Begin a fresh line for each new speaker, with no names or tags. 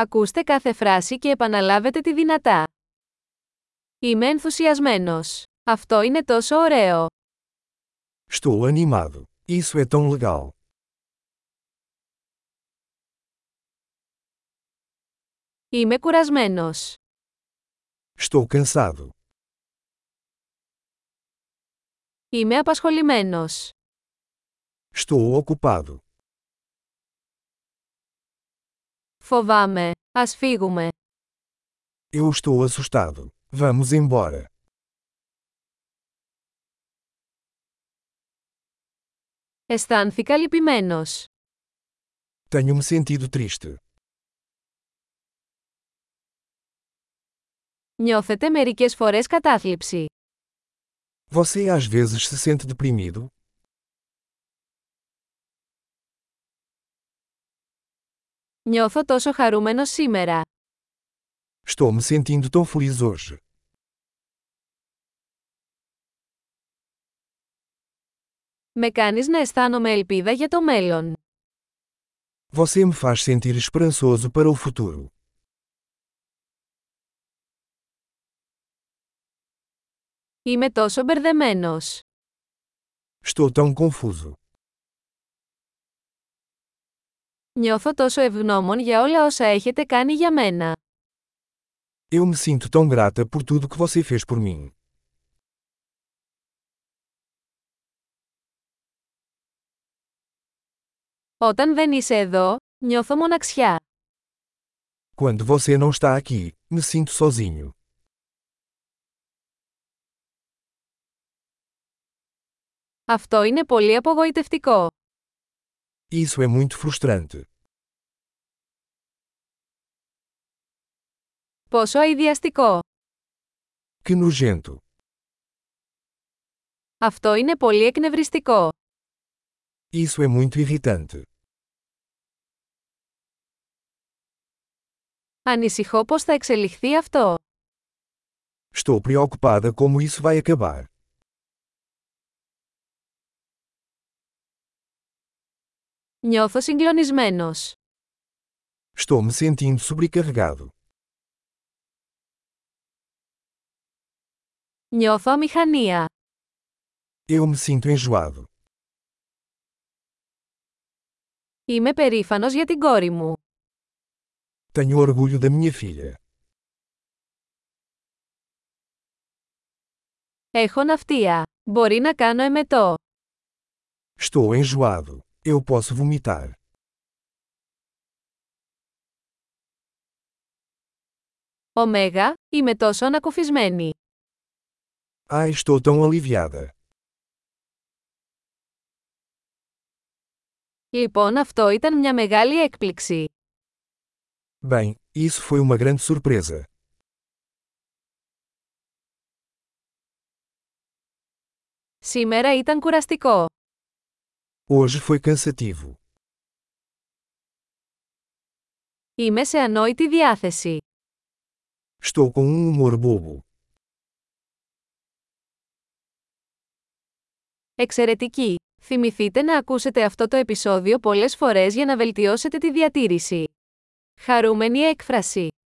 Ακούστε κάθε φράση και επαναλάβετε τη δυνατά. Είμαι ενθουσιασμένος. Αυτό είναι τόσο ωραίο.
Estou animado. Isso é tão legal.
Είμαι κουρασμένος.
Estou cansado.
Είμαι απασχολημένος.
Estou ocupado.
Φοβάμαι. Ας φύγουμε.
Eu estou assustado. Vamos embora.
Αισθάνθηκα λυπημένος.
Tenho-me sentido triste.
Νιώθετε μερικές φορές κατάθλιψη.
Você às vezes se sente deprimido?
Νιώθω τόσο χαρούμενος σήμερα.
Estou me sentindo tão feliz hoje.
Με κάνεις να αισθάνομαι ελπίδα για το μέλλον.
Você me faz sentir esperançoso para o futuro.
Είμαι τόσο μπερδεμένος.
Estou tão confuso.
Νιώθω τόσο ευγνώμων για όλα όσα έχετε κάνει για μένα.
Eu me sinto tão grata por tudo que você fez por mim.
Όταν δεν είσαι εδώ, νιώθω μοναξιά.
Quando você não está aqui, me sinto sozinho.
Αυτό είναι πολύ απογοητευτικό.
Isso é muito frustrante.
Πόσο αειδιαστικό.
Que nojento.
Αυτό είναι πολύ εκνευριστικό.
Isso é muito irritante.
Ανησυχώ πώς θα εξελιχθεί αυτό.
Estou preocupada como isso vai acabar.
Νιώθω συγκλονισμένος.
Estou me sentindo sobrecarregado.
Νιώθω αμηχανία.
Eu me sinto enjoado.
Είμαι περήφανος για την κόρη μου.
Tenho orgulho da minha filha.
Έχω ναυτία. Μπορεί να κάνω εμετό.
Estou enjoado. Eu posso vomitar.
Ωμέγα, είμαι τόσο ανακουφισμένη.
Ai, estou tão aliviada.
Λοιπόν αυτό ήταν μια μεγάλη έκπληξη.
Bem, isso foi uma grande surpresa.
Σήμερα ήταν κουραστικό.
Hoje foi cansativo.
Είμαι σε ανόητη διάθεση.
Estou com um humor bobo.
Εξαιρετική! Θυμηθείτε να ακούσετε αυτό το επεισόδιο πολλές φορές για να βελτιώσετε τη διατήρηση. Χαρούμενη έκφραση!